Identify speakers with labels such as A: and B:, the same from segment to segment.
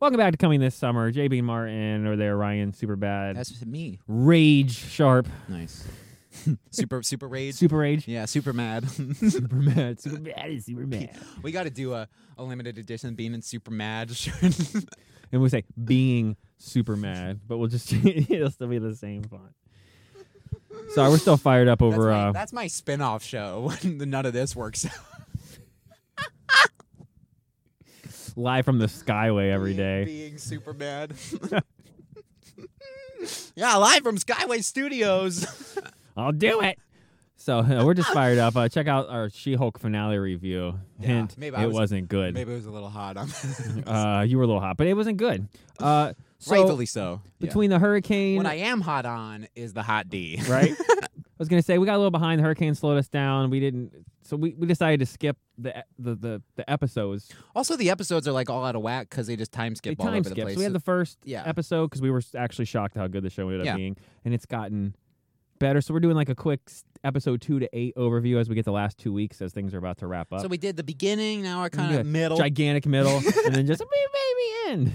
A: Welcome back to Coming This Summer. JB and Martin over there, Ryan, super bad.
B: That's me.
A: rage sharp.
B: Nice. super super rage.
A: Super rage.
B: Yeah, super mad.
A: super mad. Super bad is super mad.
B: we got to do a, a limited edition being in super mad shirt.
A: And we say being super mad, but we'll just it'll still be the same font. Sorry, we're still fired up
B: that's,
A: over
B: my,
A: uh
B: that's my spin-off show when the- none of this works out.
A: live from the skyway every day.
B: Being super mad. yeah, live from Skyway Studios.
A: I'll do it. So uh, we're just fired up. Uh, check out our She-Hulk finale review.
B: Yeah,
A: Hint,
B: maybe
A: it
B: I was-
A: wasn't good.
B: Maybe it was a little hot. on
A: Uh, you were a little hot, but it wasn't good. Uh, so
B: Rightfully so. Yeah.
A: between the hurricane,
B: What I am hot on is the hot D.
A: right? I was gonna say we got a little behind. The hurricane slowed us down. We didn't, so we, we decided to skip the e- the the, the episodes.
B: Also, the episodes are like all out of whack because they just time skip
A: they
B: all
A: time
B: over the
A: skipped.
B: place.
A: So we had the first
B: yeah.
A: episode because we were s- actually shocked how good the show ended
B: Yeah.
A: up being, and it's gotten better. So we're doing like a quick s- episode two to eight overview as we get the last two weeks as things are about to wrap up.
B: so we did the beginning. Now we're kind of
A: Yeah.
B: middle.
A: Gigantic middle, and then just a wee baby end.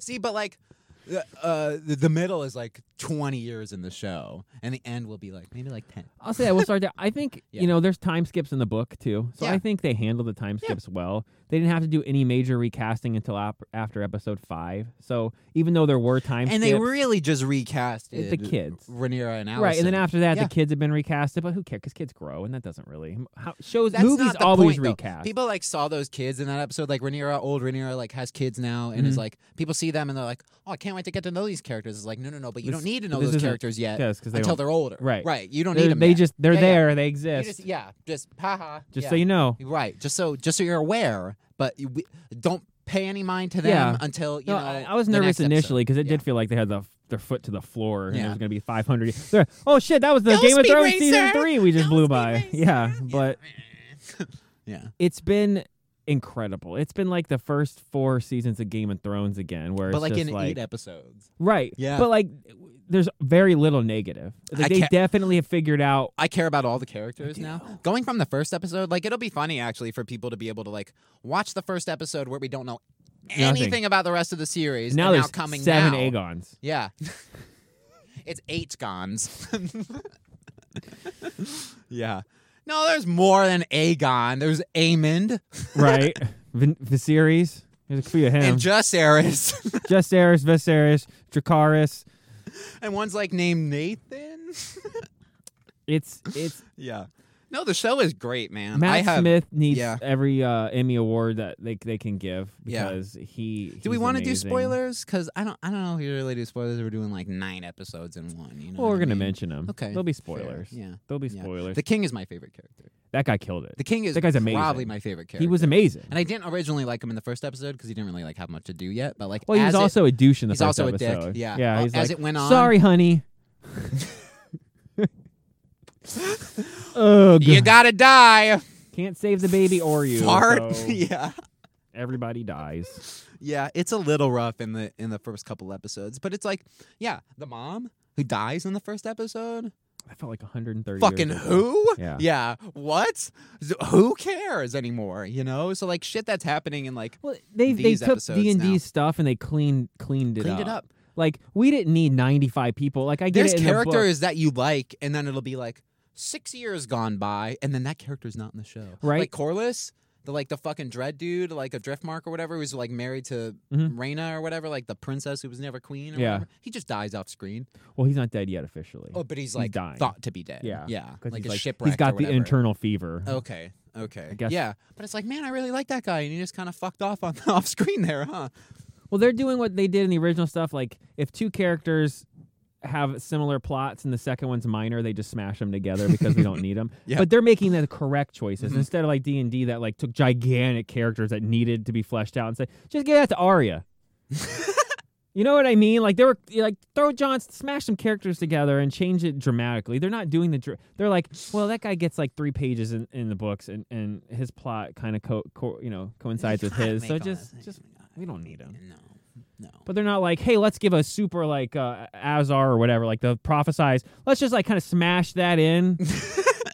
B: See, but like. the- Uh, the, the middle is like 20 years in the show, and the end will be like maybe like 10.
A: I'll say that we'll start there. I think
B: Yeah.
A: you know there's time skips in the book too, so
B: Yeah.
A: I think they handled the time
B: Yeah.
A: skips well. They didn't have to do any major recasting until ap- after episode five. So even though there were time
B: and
A: skips,
B: they really just recast
A: With the kids.
B: Rhaenyra and Allison.
A: right, and then after that
B: Yeah.
A: the kids have been recasted, but who cares? Because kids grow, and that doesn't really how, shows
B: That's
A: movies
B: not the
A: always
B: point, though.
A: recast.
B: People like saw those kids in that episode. Like Rhaenyra, old Rhaenyra, like has kids now, and
A: Mm-hmm.
B: is like people see them and they're like, "Oh, I can't wait to get to know these characters." It's like, no, no, no, but you
A: This-
B: don't need to know
A: this
B: those
A: isn't-
B: characters yet
A: yes, because they
B: until
A: don't.
B: they're older.
A: Right.
B: right. You don't
A: They're-
B: need them.
A: they
B: yet.
A: just they're
B: Yeah, yeah.
A: there, they
B: You
A: exist.
B: just- yeah, just haha.
A: just
B: yeah.
A: so you know,
B: Right. Just so just so you're aware, but you, we, don't pay any mind to them
A: Yeah.
B: until you
A: No,
B: know.
A: I, I was
B: the
A: nervous
B: next episode.
A: initially because it
B: Yeah.
A: did feel like they had the, their foot to the floor and
B: Yeah.
A: there was going to be 500. They're- oh shit, that was the
B: Don't
A: Game of
B: speed
A: Thrones
B: racer!
A: season three we just
B: Don't
A: blew
B: speed
A: by.
B: racer!
A: Yeah, but
B: yeah.
A: it's been incredible. It's been like the first four seasons of Game of Thrones again, where
B: But
A: it's
B: like
A: just
B: in
A: like
B: eight episodes,
A: right,
B: Yeah.
A: But like, there's very little negative. Like,
B: I
A: they
B: can't-
A: definitely have figured out.
B: I care about all the characters
A: do.
B: now. Going from the first episode, like it'll be funny actually for people to be able to like watch the first episode where we don't know
A: Nothing.
B: anything about the rest of the series.
A: Now
B: and
A: there's
B: now coming
A: seven
B: now.
A: Aegons.
B: Yeah. it's eight gons. yeah. No, there's more than Aegon. There's Aemond
A: right? Vin- Viserys. There's a few of him.
B: and Jacerys.
A: Jacerys, Viserys, Dracarys.
B: and one's like named Nathan.
A: It's it's
B: yeah. No, the show is great, man.
A: Matt
B: I have
A: Smith needs
B: yeah.
A: every uh, Emmy award that they they can give
B: Yeah.
A: because he.
B: Do we
A: want to
B: do spoilers? Because I don't, I don't know if we really do spoilers. We're doing like nine episodes in one. You know,
A: Well,
B: what
A: we're
B: I
A: gonna
B: mean?
A: mention them.
B: Okay,
A: there'll be
B: Fair.
A: spoilers.
B: Yeah,
A: There'll be
B: yeah.
A: spoilers.
B: The King is my favorite character.
A: that guy killed it.
B: The King is
A: That guy's amazing.
B: probably my favorite character.
A: He was amazing.
B: and I didn't originally like him in the first episode because he didn't really like have much to do yet. But like,
A: Well, he
B: as
A: was
B: it-
A: also a douche in the
B: he's
A: first
B: also a dick,
A: episode.
B: yeah.
A: yeah.
B: Uh,
A: He's
B: as
A: like,
B: it went on-
A: sorry, honey. Ugh,
B: you gotta die.
A: can't save the baby or you.
B: Fart.
A: so
B: yeah,
A: everybody dies.
B: yeah. It's a little rough in the in the first couple episodes, but it's like, yeah, the mom who dies in the first episode.
A: I felt like 130.
B: fucking
A: years ago.
B: who?
A: Yeah.
B: What? Z- Who cares anymore? You know? So like shit that's happening and like
A: Well, they they
B: these
A: took
B: episodes
A: D and
B: now.
A: D stuff and they cleaned cleaned it
B: cleaned
A: up.
B: it up.
A: Like we didn't need ninety five people. Like I get
B: There's
A: it. In the book,
B: characters that you like, and then it'll be like six years gone by, and then that character's not in the show.
A: Right.
B: Like Corliss, the like the fucking dread dude, like a driftmark or whatever, who's like married to
A: Mhm.
B: Reyna or whatever, like the princess who was never queen or
A: Yeah.
B: whatever. He just dies off screen.
A: well, he's not dead yet officially.
B: Oh, but he's like
A: dying.
B: thought to be dead.
A: yeah,
B: Yeah.
A: 'Cause
B: Like
A: he's
B: a
A: like,
B: shipwreck.
A: He's got
B: or
A: the
B: whatever.
A: internal fever.
B: Okay. Okay.
A: guess-
B: Yeah. But it's like, man, I really like that guy, and he just kind of fucked off on off screen there, huh?
A: Well, they're doing what they did in the original stuff. Like if two characters have similar plots and the second one's minor, they just smash them together because we don't need them.
B: Yeah.
A: But they're making the correct choices instead of like D and D that like took gigantic characters that needed to be fleshed out and say, just give that to Arya. you know what I mean? Like they were like throw John, smash some characters together and change it dramatically. They're not doing the. Dr- they're like, well, that guy gets like three pages in, in the books and and his plot kind of co-, co you know coincides with his. So just just we don't need him.
B: No, no.
A: But they're not like, hey, let's give a super like uh, Azar or whatever, like the prophesize. Let's just like kind of smash that in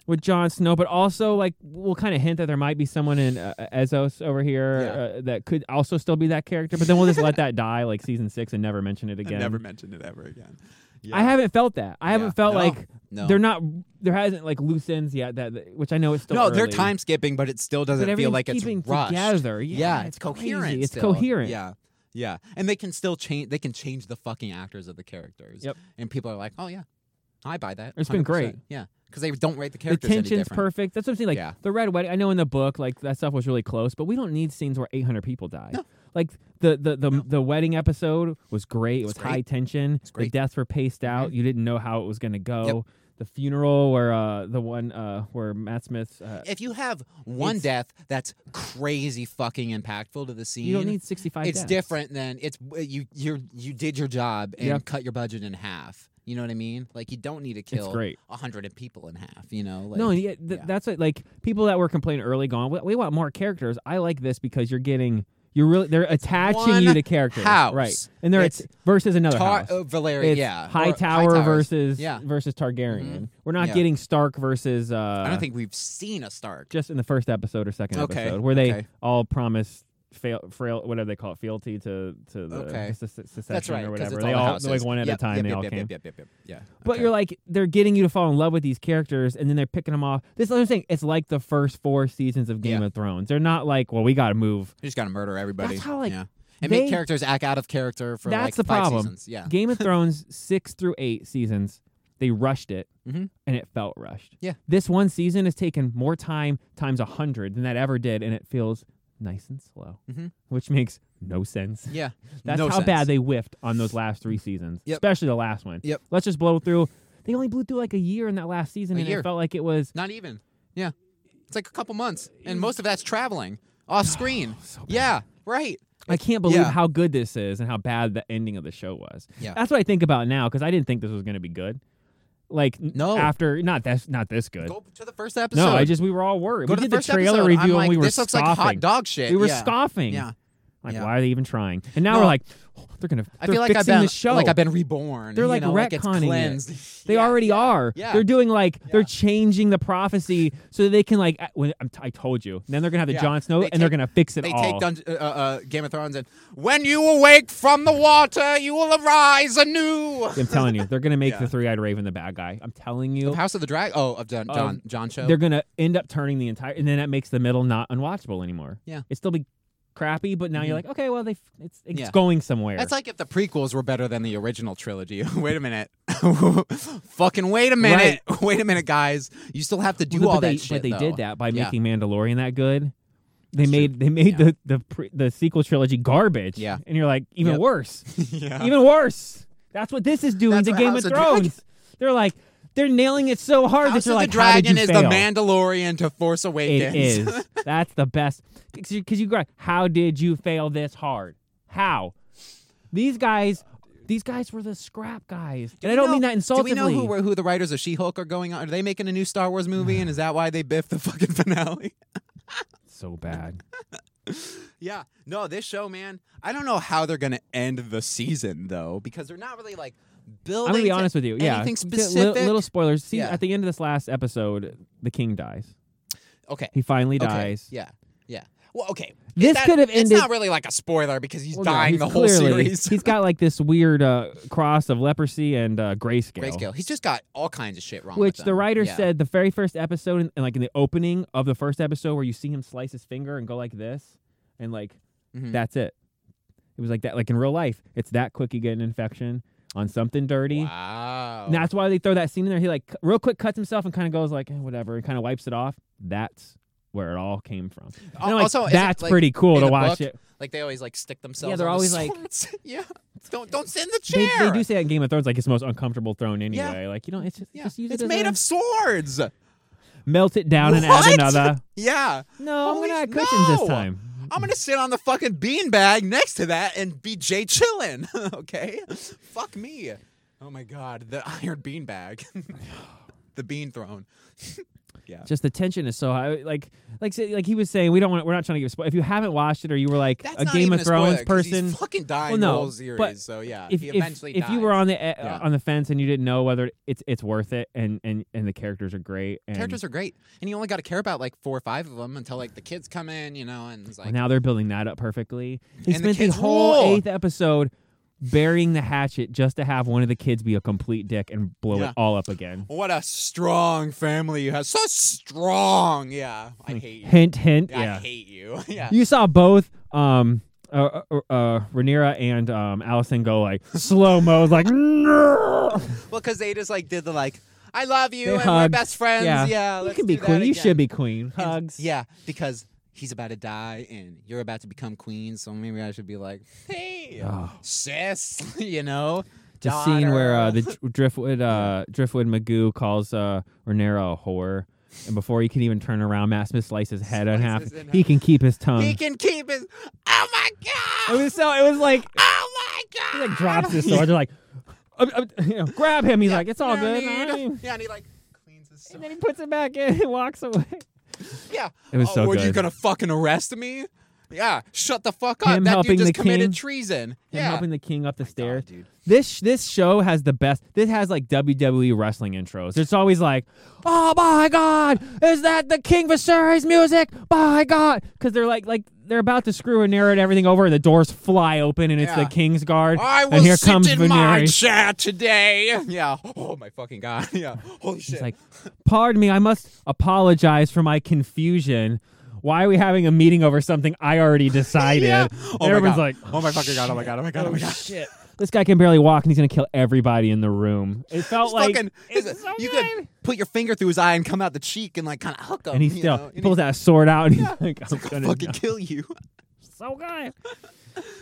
A: with Jon Snow, but also like we'll kind of hint that there might be someone in uh, Ezos over here
C: Yeah.
A: uh, that could also still be that character. But then we'll just let that die like season six and never mention it
C: I
A: again.
C: never mentioned it ever again. Yeah.
A: I haven't felt that. I haven't
C: Yeah.
A: felt
B: No.
A: like
B: No,
A: they're not. There hasn't like loose ends yet. That, that- which I know it's still
B: no, they're
A: early,
B: time skipping, but it still
A: but
B: doesn't feel
A: everything's
B: like it's
A: keeping
B: rushed.
A: together. Yeah,
B: Yeah, it's
A: crazy.
B: coherent.
A: It's
B: still.
A: coherent.
B: Yeah, yeah, and they can still change. They can change the fucking actors of the characters.
A: Yep.
B: And people are like, oh yeah, I buy that.
A: It's been
B: 100%.
A: great.
B: Yeah, because they don't rate the
A: The
B: characters. any
A: tension's
B: different.
A: perfect. That's what I'm saying. Like
B: Yeah.
A: the red wedding. I know in the book, like that stuff was really close, but we don't need scenes where 800 people die.
B: No.
A: Like the the the,
B: No.
A: the wedding episode was great. It was
B: It's
A: high
B: great.
A: tension.
B: It's
A: The
B: great. Mm-hmm.
A: deaths were paced out. You didn't know how it was gonna go.
B: Yep.
A: The funeral where uh the one uh where Matt Smith. Uh,
B: If you have one
A: It's-
B: death that's crazy fucking impactful to the scene,
A: you don't need 65.
B: it's
A: deaths.
B: different than it's uh, you you you did your job and
A: Yeah.
B: cut your budget in half. You know what I mean? Like you don't need to
A: It's
B: kill
A: great.
B: a hundred people in half. You know? Like,
A: no, and yet th-
B: yeah.
A: that's it. Like people that were complaining early, gone. We, we want more characters. I like this because you're getting you're really they're attaching
B: one
A: you to characters,
B: house.
A: right? And they're
B: It's
A: at- versus another
B: Tar-
A: house.
B: uh, Valeria,
A: it's
B: yeah,
A: High
B: or
A: Tower
B: Hightowers.
A: versus
B: Yeah.
A: versus Targaryen.
B: Mhm.
A: We're not
B: Yeah.
A: getting Stark versus. Uh,
B: I don't think we've seen a Stark.
A: just in the first episode or second
B: Okay,
A: episode where they
B: okay.
A: all promise fail, frail, whatever they call it, fealty to to the
B: Okay.
A: se- se- secession
B: That's right.
A: or
B: 'cause
A: whatever.
B: It's
A: they
B: all,
A: all
B: the houses.
A: like one at
B: Yep,
A: a time.
B: Yep,
A: they
B: yep,
A: all
B: yep,
A: came.
B: Yep, yep, yep, yep. Yeah.
A: But
B: okay.
A: you're like they're getting you to fall in love with these characters, and then they're picking them off. This is what I'm saying. It's like the first four seasons of Game
B: Yeah.
A: of Thrones. They're not like, well, we got to move.
B: you just gotta murder everybody.
A: how, like,
B: yeah. and
A: they-
B: make characters act out of character for
A: That's
B: like
A: the
B: five
A: problem.
B: seasons. Yeah.
A: Game of Thrones six through eight seasons, they rushed it,
B: Mhm.
A: and it felt rushed.
B: Yeah.
A: this one season has taken more time times a hundred than that ever did, and it feels nice and slow,
B: Mhm.
A: which makes no sense.
B: Yeah.
A: That's
B: no
A: how
B: sense.
A: bad they whiffed on those last three seasons,
B: Yep.
A: especially the last one.
B: Yep.
A: Let's just blow through. They only blew through like a year in that last season,
B: A
A: and it
B: year.
A: felt like it was
B: Not even. Yeah. It's like a couple months, and most of that's traveling off screen. yeah. Right.
A: I can't believe
B: yeah.
A: how good this is and how bad the ending of the show was.
B: Yeah.
A: That's what I think about now because I didn't think this was going to be good. Like n-
B: No.
A: after not this not this good.
B: Go to the first episode.
A: no, I just we were all worried.
B: go
A: we
B: to
A: did
B: the first
A: trailer
B: episode.
A: review
B: I'm like,
A: and we were
B: this looks
A: scoffing.
B: like hot dog shit.
A: We were
B: yeah.
A: scoffing.
B: Yeah.
A: Like
B: Yeah.
A: why are they even trying? And now
B: No.
A: we're like, they're gonna.
B: I
A: they're
B: feel like I've
A: fixing
B: been
A: the show.
B: like I've been reborn.
A: They're
B: you
A: like
B: know, like it's
A: retconning it.
B: cleansed.
A: They
B: Yeah.
A: already are.
B: Yeah.
A: They're doing like they're
B: Yeah.
A: changing the prophecy so that they can like. I- When, I'm t- I told you. Then they're gonna have the
B: Yeah.
A: Jon Snow
B: They
A: and they're
B: take-
A: gonna fix it
B: They
A: all.
B: take Dun- uh, uh, uh, Game of Thrones and when you awake from the water, you will arise anew.
A: I'm telling you, they're gonna make
B: Yeah.
A: the three-eyed raven the bad guy. I'm telling you.
B: House of the Dragon. Oh, of John, John, John show.
A: Um, they're gonna end up turning the entire, and then that makes the middle not unwatchable anymore.
B: Yeah. Mm-hmm.
A: it still be crappy, but now you're like, okay, well, they f- it's it's
B: Yeah.
A: going somewhere.
B: That's like if the prequels were better than the original trilogy. wait a minute. Fucking wait a minute. Wait a minute, guys. You still have to do
A: Well,
B: all
A: but they,
B: that shit.
A: But they
B: though.
A: did that by
B: Yeah.
A: making Mandalorian that good. They
B: That's true.
A: made they made
B: Yeah.
A: the the pre, the sequel trilogy garbage.
B: Yeah.
A: and you're like even
B: Yep.
A: worse,
B: yeah.
A: even worse. That's what this is doing
B: That's
A: to
B: what
A: Game
B: House
A: of
B: of Dragon-
A: Thrones. They're like they're nailing it so hard
B: House
A: that you're
B: of
A: like,
B: the
A: how did
B: Dragon
A: you
B: is
A: fail?
B: the Mandalorian to Force
A: It
B: Awakens.
A: is. That's the best. Because you, 'cause you grind. How did you fail this hard? How? These guys, these guys were the scrap guys, and I don't
B: know-
A: mean that insultingly.
B: Do we know who, were- who the writers of She-Hulk are going on? Are they making a new Star Wars movie, and is that why they biffed the fucking finale?
A: so bad.
B: yeah. No, this show, man. I don't know how they're gonna end the season though, because they're not really like building.
A: I'm gonna be
B: to
A: honest with you. Yeah,
B: Anything
A: Just li-
B: specific?
A: Little, spoilers. See,
B: Yeah.
A: at the end of this last episode, the king dies.
B: Okay.
A: He finally
B: Okay.
A: dies.
B: Yeah. Yeah. Well, okay.
A: This
B: That-
A: could have ended.
B: It's not really like a spoiler because he's
A: well, no,
B: dying
A: he's
B: the whole
A: clearly-
B: series.
A: he's got like this weird uh, cross of leprosy and uh, grayscale.
B: Grayscale. He's just got all kinds of shit wrong.
A: Which
B: with
A: the
B: him.
A: writer
B: Yeah.
A: said the very first episode, and, and, like in the opening of the first episode, where you see him slice his finger and go like this, and like
B: Mhm.
A: that's it. It was like that, like in real life, it's that quick you get an infection on something dirty.
B: Wow.
A: And that's why they throw that scene in there. He like c- real quick cuts himself and kind of goes like eh, whatever, and kind of wipes it off. That's where it all came from. And
B: Al-
A: I'm like,
B: also, is it,
A: that's
B: like,
A: pretty cool
B: in
A: to
B: the
A: watch
B: book,
A: it.
B: Like they always like stick themselves.
A: they're
B: on the
A: always, like-
B: swords. yeah. Don't don't sit in the
A: They,
B: chair.
A: they do say that in Game of Thrones like it's the most uncomfortable throne anyway. Like you know, it's just,
B: Yeah.
A: just use
B: it's
A: it as
B: made
A: a-
B: of swords.
A: melt it down and
B: What?
A: add another.
B: Yeah.
A: No, I'm
B: Holy
A: gonna
B: sh-
A: add cushions this
B: no!
A: time.
B: I'm gonna sit on the fucking beanbag next to that and be Jay chillin'. okay. Fuck me. Oh my god, the iron beanbag, the bean throne.
C: Yeah.
A: Just the tension is so high. Like, like, say- like he was saying, we don't want. We're not trying to give. Spo- if you haven't watched it, or you were like
B: That's
A: a
B: not
A: Game
B: even
A: of
B: a
A: Thrones
B: spoiler, 'cause
A: person,
B: He's fucking dying
A: Well,
B: the
A: no,
B: whole series,
A: but
B: so yeah.
A: if
B: he
A: if,
B: eventually
A: if you
B: dies.
A: were on the uh,
B: Yeah.
A: on the fence and you didn't know whether it's it's worth it, and and and the characters are great, and
B: characters are great, and you only got to care about like four or five of them until like the kids come in, you know, and it's like
A: Well, now they're building that up perfectly. They
B: And the
A: spent the
B: kids
A: whole
B: rule.
A: eighth episode burying the hatchet just to have one of the kids be a complete dick and blow
B: Yeah.
A: it all up again.
B: what a strong family you have, so strong. Yeah, I hate you.
A: Hint, hint.
B: I
A: Hmm. Yeah,
B: hate you. yeah.
A: you saw both. Um, uh, uh, uh, Rhaenyra and um Allison go like slow mo, like no.
B: Well, because they just like did the like, I love you
A: They
B: and we're
A: hugged.
B: best friends. Yeah,
A: Yeah. you
B: let's
A: can be
B: do that
A: queen. You
B: again.
A: should be queen.
B: And-
A: Hugs.
B: yeah, because he's about to die and you're about to become queen, so maybe I should be like, hey,
A: Oh.
B: sis, you know.
A: Just seeing where uh, the
B: daughter.
A: dr- driftwood uh, driftwood Magoo calls uh, Rhaenyra a whore, and before he can even turn around, Matt Smith slices his head in half.
B: Slices in
A: He
B: half.
A: can keep his tongue.
B: he can keep his. Oh my
A: it
B: god!
A: was so. It was like
B: oh my
A: he
B: god!
A: like drops his sword. They're like, um, um, you know, grab him. He's like, it's all
B: No
A: good.
B: need.
A: all right."
B: Yeah, and he like cleans his
A: And
B: sword.
A: then he puts it back in and walks away.
B: Yeah.
A: It was
B: oh,
A: so
B: were you
A: good.
B: gonna fucking arrest me? Yeah. Shut the fuck up.
A: Him
B: that
A: helping
B: dude
A: the
B: just committed
A: king.
B: treason.
A: And
B: yeah.
A: helping the king up the stairs.
B: God, dude.
A: This this show has the best. This has like WWE wrestling intros. It's always like, oh my god, is that the King Viserys music? My god, because they're like like they're about to screw and narrate everything over, and the doors fly open, and it's
B: Yeah.
A: the King's guard.
B: I will
A: and here
B: sit
A: comes
B: in my
A: Viserys.
B: chair today. Yeah. Oh my fucking god. Yeah. Holy shit.
A: He's like, pardon me, I must apologize for my confusion. Why are we having a meeting over something I already decided?
B: Yeah.
A: And
B: Oh my
A: Everyone's
B: God.
A: like,
B: oh my fucking god. Oh my god. Oh my god. Oh my god.
A: shit. This guy can barely walk, and he's gonna kill everybody in the room. It felt
B: It's
A: like
B: fucking,
A: it's
B: it's-
A: so
B: you
A: good.
B: could put your finger through his eye and come out the cheek and like kind of hook him.
A: and he
B: you
A: still
B: know,
A: he
B: and
A: pulls that sword out and he's like, I'm
B: he's
A: gonna
B: gonna fucking
A: knock
B: kill you.
A: so good.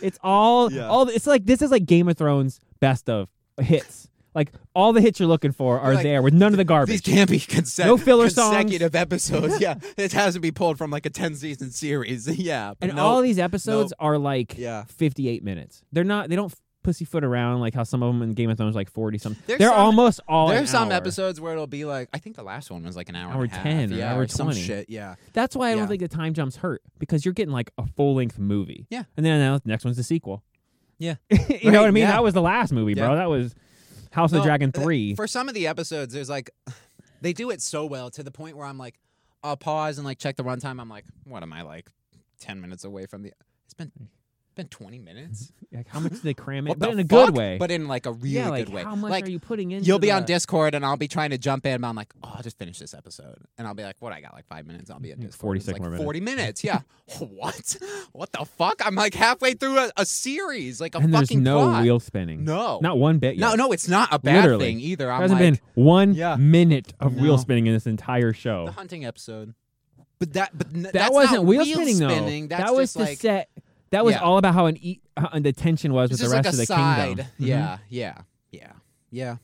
A: It's all
C: Yeah.
A: all it's like this is like Game of Thrones best of hits. Like all the hits you're looking for are
B: like,
A: there with none of the garbage.
B: These can't be consent-
A: No filler songs.
B: consecutive episodes. Yeah, it has to be pulled from like a ten season series. Yeah, but
A: and
B: no.
A: all these episodes are like
B: Yeah.
A: 58 minutes. They're not they don't pussyfoot around like how some of them in Game of Thrones are like 40 something.
B: There's
A: They're
B: some-
A: almost all
B: There's
A: Oh, an
B: some
A: hour.
B: episodes where it'll be like I think the last one was like an hour,
A: Hour
B: and a half,
A: 10 or
B: yeah,
A: hour
B: or some
A: 20.
B: shit. Yeah,
A: That's why I
B: Yeah.
A: don't think the time jumps hurt because you're getting like a full length movie.
B: Yeah.
A: And then now the next one's the sequel.
B: Yeah.
A: you
B: Right,
A: know what I mean?
B: yeah.
A: That was the last movie,
B: Yeah.
A: bro. That was House of
B: No,
A: the Dragon
B: uh,
A: 3.
B: For some of the episodes, there's like they do it so well to the point where I'm like, I'll pause and like check the runtime. I'm like, what am I like, ten minutes away from the? It's been been twenty minutes,
A: Like, how much do they cram
B: What
A: it? But
B: the
A: in a good
B: fuck?
A: way.
B: but in like a really
A: yeah, like
B: good way.
A: how much
B: like
A: are you putting in?
B: will be on Discord and I'll be trying to jump in, but I'm like, oh, I'll just finish this episode, and I'll be like, what? I got like five minutes. I'll be in
A: Mm,
B: Discord.
A: 46
B: It's like
A: more minutes.
B: Forty minutes. Yeah. what? What the fuck? I'm like halfway through a, a series, like a
A: and there's
B: fucking
A: no
B: plot.
A: wheel spinning.
B: No.
A: not one bit.
B: No,
A: yet.
B: no, it's not a bad
A: Literally.
B: thing either.
A: There
B: I'm
A: hasn't
B: like,
A: been one
B: Yeah.
A: minute of
B: No.
A: wheel spinning in this entire show.
B: the hunting episode. But that, but n-
A: that
B: that's
A: wasn't
B: not
A: wheel,
B: spinning,
A: spinning though.
B: That's
A: that was
B: just
A: the
B: like,
A: set. That was
B: Yeah.
A: all about how an e- how- and the tension was with
B: it's
A: the
B: just
A: rest
B: like a
A: of the
B: side.
A: kingdom. Mhm.
B: Yeah, yeah, yeah, yeah,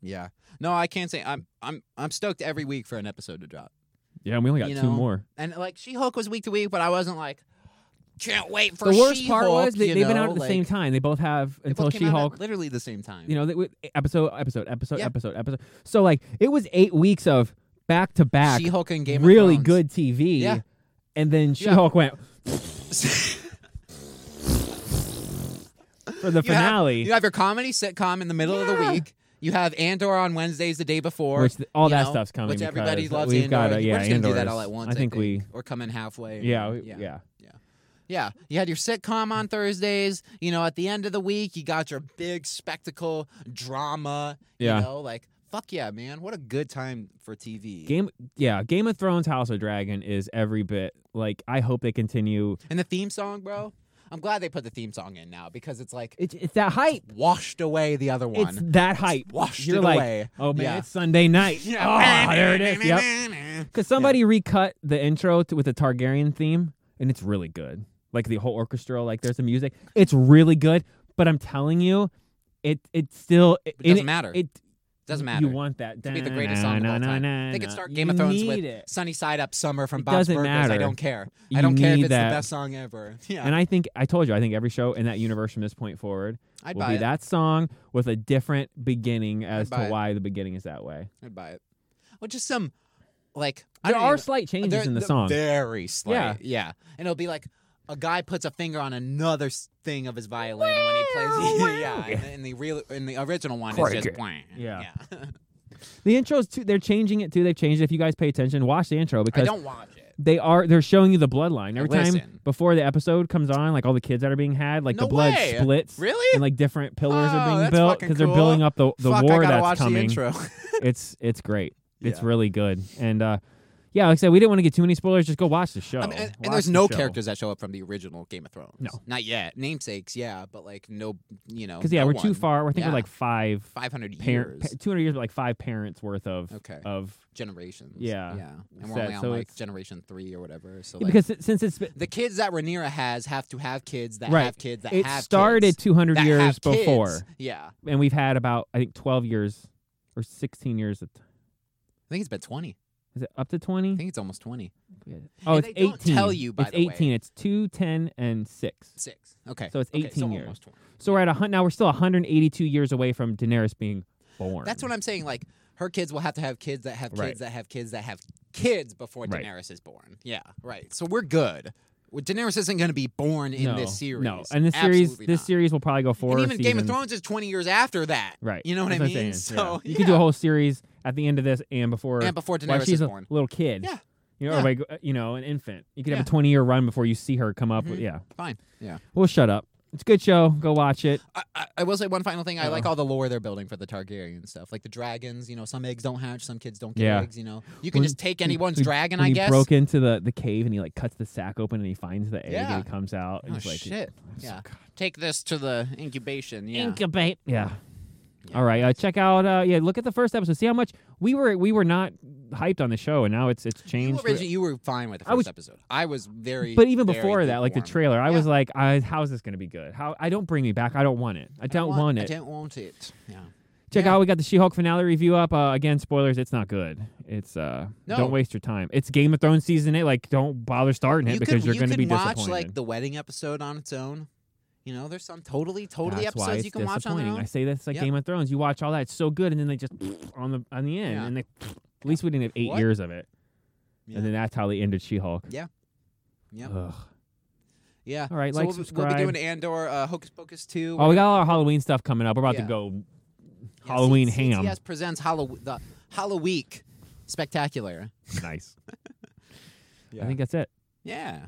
B: yeah. No, I can't say I'm I'm I'm stoked every week for an episode to drop.
A: yeah. And we only got
B: You
A: two
B: know,
A: more.
B: And like She Hulk was week to week, but I wasn't like can't wait for
A: The worst
B: She-Hulk,
A: part was they,
B: you
A: they've been out
B: know,
A: at the
B: like,
A: same time. They both have
B: they both
A: until
B: came out
A: She
B: at
A: Hulk.
B: literally the same time.
A: You know, they, would- episode, episode, episode,
B: Yeah.
A: episode, episode. So like it was eight weeks of back to back
B: She Hulk and Game
A: really
B: of Thrones.
A: good TV.
B: Yeah.
A: And then She Hulk went for the
B: You have-
A: finale,
B: You have, your comedy sitcom in the middle of the
A: Yeah.
B: week. You have Andor on Wednesdays the day before.
A: which th- all
B: you
A: that
B: know,
A: stuff's coming.
B: Which everybody
A: because
B: loves
A: we've
B: Andor.
A: Got a, yeah,
B: We're just gonna do that
A: Andor's-
B: all at once.
A: I think we,
B: or come in halfway.
A: yeah, we- yeah,
B: yeah, yeah. You had your sitcom on Thursdays. You know, at the end of the week, you got your big spectacle drama.
A: Yeah.
B: You know, like fuck yeah, man! What a good time for TV.
A: Game, yeah, Game of Thrones, House of Dragon is every bit like. I hope they continue.
B: and the theme song, bro. I'm glad they put the theme song in now because it's like
A: It's it's that hype.
B: washed away the other one.
A: It's that hype.
B: washed
A: You're
B: it
A: like,
B: away.
A: oh man,
B: Yeah.
A: it's Sunday night.
B: Yeah.
A: Oh, there it is. Yep. Because somebody recut the intro to, with the Targaryen theme, and it's really good. Like the whole orchestral, like there's the music. It's really good, but I'm telling you, it it still it,
B: It doesn't
A: it-
B: matter.
A: It
B: Doesn't
A: You
B: matter.
A: want that
B: to be the greatest song of all time. They could start Game of Thrones with "Sunny Side Up Summer" from
A: It
B: Bob's
A: doesn't
B: Burgers. I
A: matter.
B: don't care. I
A: You
B: don't care if
A: need
B: it's
A: that.
B: the best song ever. Yeah,
A: And I think I told you, I think every show in that universe from this point forward
B: I'd
A: will
B: buy
A: be
B: it.
A: that song with a different beginning as
B: buy
A: to
B: it.
A: why the beginning is that way.
B: I'd buy it. Well, just some like I
A: There
B: don't
A: are
B: even-
A: slight changes
B: they're-
A: in the
B: they're
A: song.
B: Very slight.
A: Yeah.
B: Yeah. yeah. And it'll be like a guy puts a finger on another s- thing of his violin when he plays. yeah. And in the real, in the original one, it's just wah.
A: Yeah.
B: yeah.
A: The intros too. They're changing it too. They've changed it. If you guys pay attention, watch the intro
B: I
A: because
B: don't watch it.
A: they are they're showing you the bloodline every time
B: Listen.
A: before the episode comes on. Like all the kids that are being had, like the
B: No
A: blood
B: way.
A: splits.
B: Really?
A: And like different pillars
B: Oh,
A: are being
B: that's
A: built
B: fucking
A: they're
B: cool.
A: building up the the
B: Fuck,
A: war
B: I gotta
A: that's
B: watch
A: coming.
B: the intro.
A: It's it's great. It's
B: Yeah.
A: really good. And uh yeah, like I said, we didn't want to get too many spoilers. Just go watch the show.
B: I mean, and,
A: Oh, Watch
B: and there's
A: the
B: no
A: show.
B: characters that show up from the original Game of Thrones.
A: No.
B: Not yet. Namesakes, yeah, but like no, you know.
A: Because yeah,
B: no
A: we're too
B: one.
A: far. I think
B: Yeah.
A: we're like five
B: 500
A: parent,
B: years.
A: two hundred years, but like five parents worth of
B: Okay.
A: of
B: generations.
A: Yeah.
B: Yeah. And
A: So-
B: we're only on
A: so
B: like
A: it's-
B: generation three or whatever. So
A: Yeah,
B: like,
A: because it- since it's
B: the kids that Rhaenyra has have to have kids that
A: Right.
B: have kids that
A: it
B: have
A: started
B: kids
A: two hundred
B: that
A: years
B: have kids.
A: before,
B: Yeah.
A: and we've had about I think twelve years or sixteen years. Of,
B: I think it's been 20.
A: is it up to
B: I
A: twenty?
B: think it's almost 20.
A: Oh,
B: And
A: it's
B: they don't
A: eighteen.
B: tell you, by
A: it's
B: the way.
A: eighteen. It's two, ten, and six.
B: Six. Okay.
A: So it's
B: Okay,
A: 18 years.
B: almost 20.
A: So we're at a hun- now. We're still one hundred eighty-two years away from Daenerys being born.
B: That's what I'm saying. Like, her kids will have to have kids that have kids
A: Right.
B: that have kids that have kids before
A: Right.
B: Daenerys is born. Yeah. Right. So we're good. Well, Daenerys isn't going to be born in
A: no,
B: this series.
A: No, and this series,
B: Absolutely
A: this
B: not.
A: series will probably go forward.
B: And even Game of Thrones is 20 years after that.
A: right?
B: You know what
A: That's
B: I
A: I'm
B: mean?
A: saying, yeah.
B: So
A: you could do a
B: yeah.
A: whole series at the end of this and before
B: and before Daenerys
A: while she's
B: is
A: a
B: born.
A: little kid.
B: Yeah.
A: You know, or
B: Yeah.
A: like uh, you know, an infant. You could have a
B: Yeah.
A: twenty year run before you see her come up. with
B: Mhm.
A: Yeah,
B: Fine. Yeah.
A: well, shut up. It's a good show. Go watch it.
B: I, I- I will say one final thing. I like
A: Uh-oh.
B: all the lore they're building for the Targaryen stuff, like the dragons. You know, some eggs don't hatch, some kids don't get
A: Yeah.
B: eggs. You know, you can
A: When-
B: just take anyone's
A: When-
B: dragon.
A: when
B: I
A: he
B: guess.
A: broke into the, the cave and he like cuts the sack open and he finds the egg
B: Yeah.
A: and it comes out. and
B: oh
A: he's like,
B: shit!
A: so
B: Yeah,
A: good.
B: take this to the incubation. Yeah,
A: Incubate. Yeah.
B: Yeah.
A: All right. Uh, check out. Uh, yeah. Look at the first episode. See how much we were we were not hyped on the show, and now it's it's
B: you,
A: changed.
B: origi- you were fine with the
A: I
B: first
A: was-
B: episode. I was very.
A: but even
B: very
A: before that, like the
B: lukewarm.
A: trailer, I
B: Yeah.
A: was like, I, "How's this going to be good? How I don't bring me back. I don't want it. I
B: I don't
A: don't want
B: I
A: it.
B: don't want it. Yeah.
A: Check
B: Yeah.
A: out we got the She-Hulk finale review up. Uh, again, spoilers. It's not good. It's uh,
B: No.
A: don't waste your time. It's Game of Thrones season eight. Like, don't bother starting it
B: you
A: because
B: could,
A: you're
B: you
A: going to
B: could
A: be
B: watch
A: disappointed.
B: like the wedding episode on its own. You know, there's some totally, totally
A: That's why
B: episodes
A: it's
B: you can watch on their
A: disappointing. I
B: own.
A: say this like
B: Yeah.
A: Game of Thrones. You watch all that, it's so good, and then they just on the on the end,
B: Yeah.
A: and they at least we didn't have eight
B: What?
A: years of it,
B: Yeah.
A: and then that's how they ended She-Hulk.
B: Yeah. Yeah.
A: Ugh.
B: Yeah.
A: All right,
B: So
A: like,
B: we'll, be- we'll be
A: subscribe.
B: doing Andor, uh, Hocus Pocus two.
A: Oh, we got all our Halloween stuff coming up. We're about to
B: Yeah.
A: go
B: Yeah,
A: Halloween
B: C-
A: ham.
B: CTS presents Hallow- the Halloweek Spectacular.
A: nice.
C: Yeah.
A: I think that's it.
B: Yeah.